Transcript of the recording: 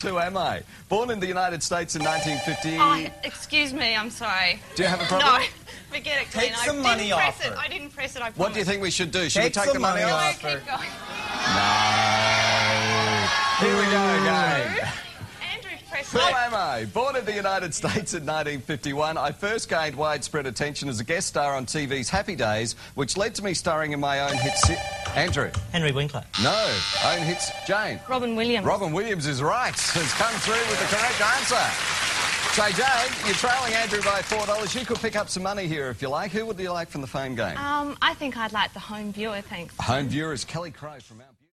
too, am I? Born in the United States in 1950. Oh, excuse me, I'm sorry. Do you have a problem? No, forget it, Glenn. Take some I money didn't off press her. it. I didn't press it, I promise. What do you think we should do? Should Take we take some the money, money off? off. No, keep going. Here we go again. Andrew pressed Who it. am I? Born in the United States in 1951, I first gained widespread attention as a guest star on TV's Happy Days, which led to me starring in my own hit. Si- Andrew, Henry Winkler. no, own hits. Jane, Robin Williams. Robin Williams is right. Has come through with the correct answer. So, Jane, you're trailing Andrew by four dollars. You could pick up some money here if you like. Who would you like from the phone game? Um, I think I'd like the home viewer, thanks. Home viewer is Kelly Crow from. Our-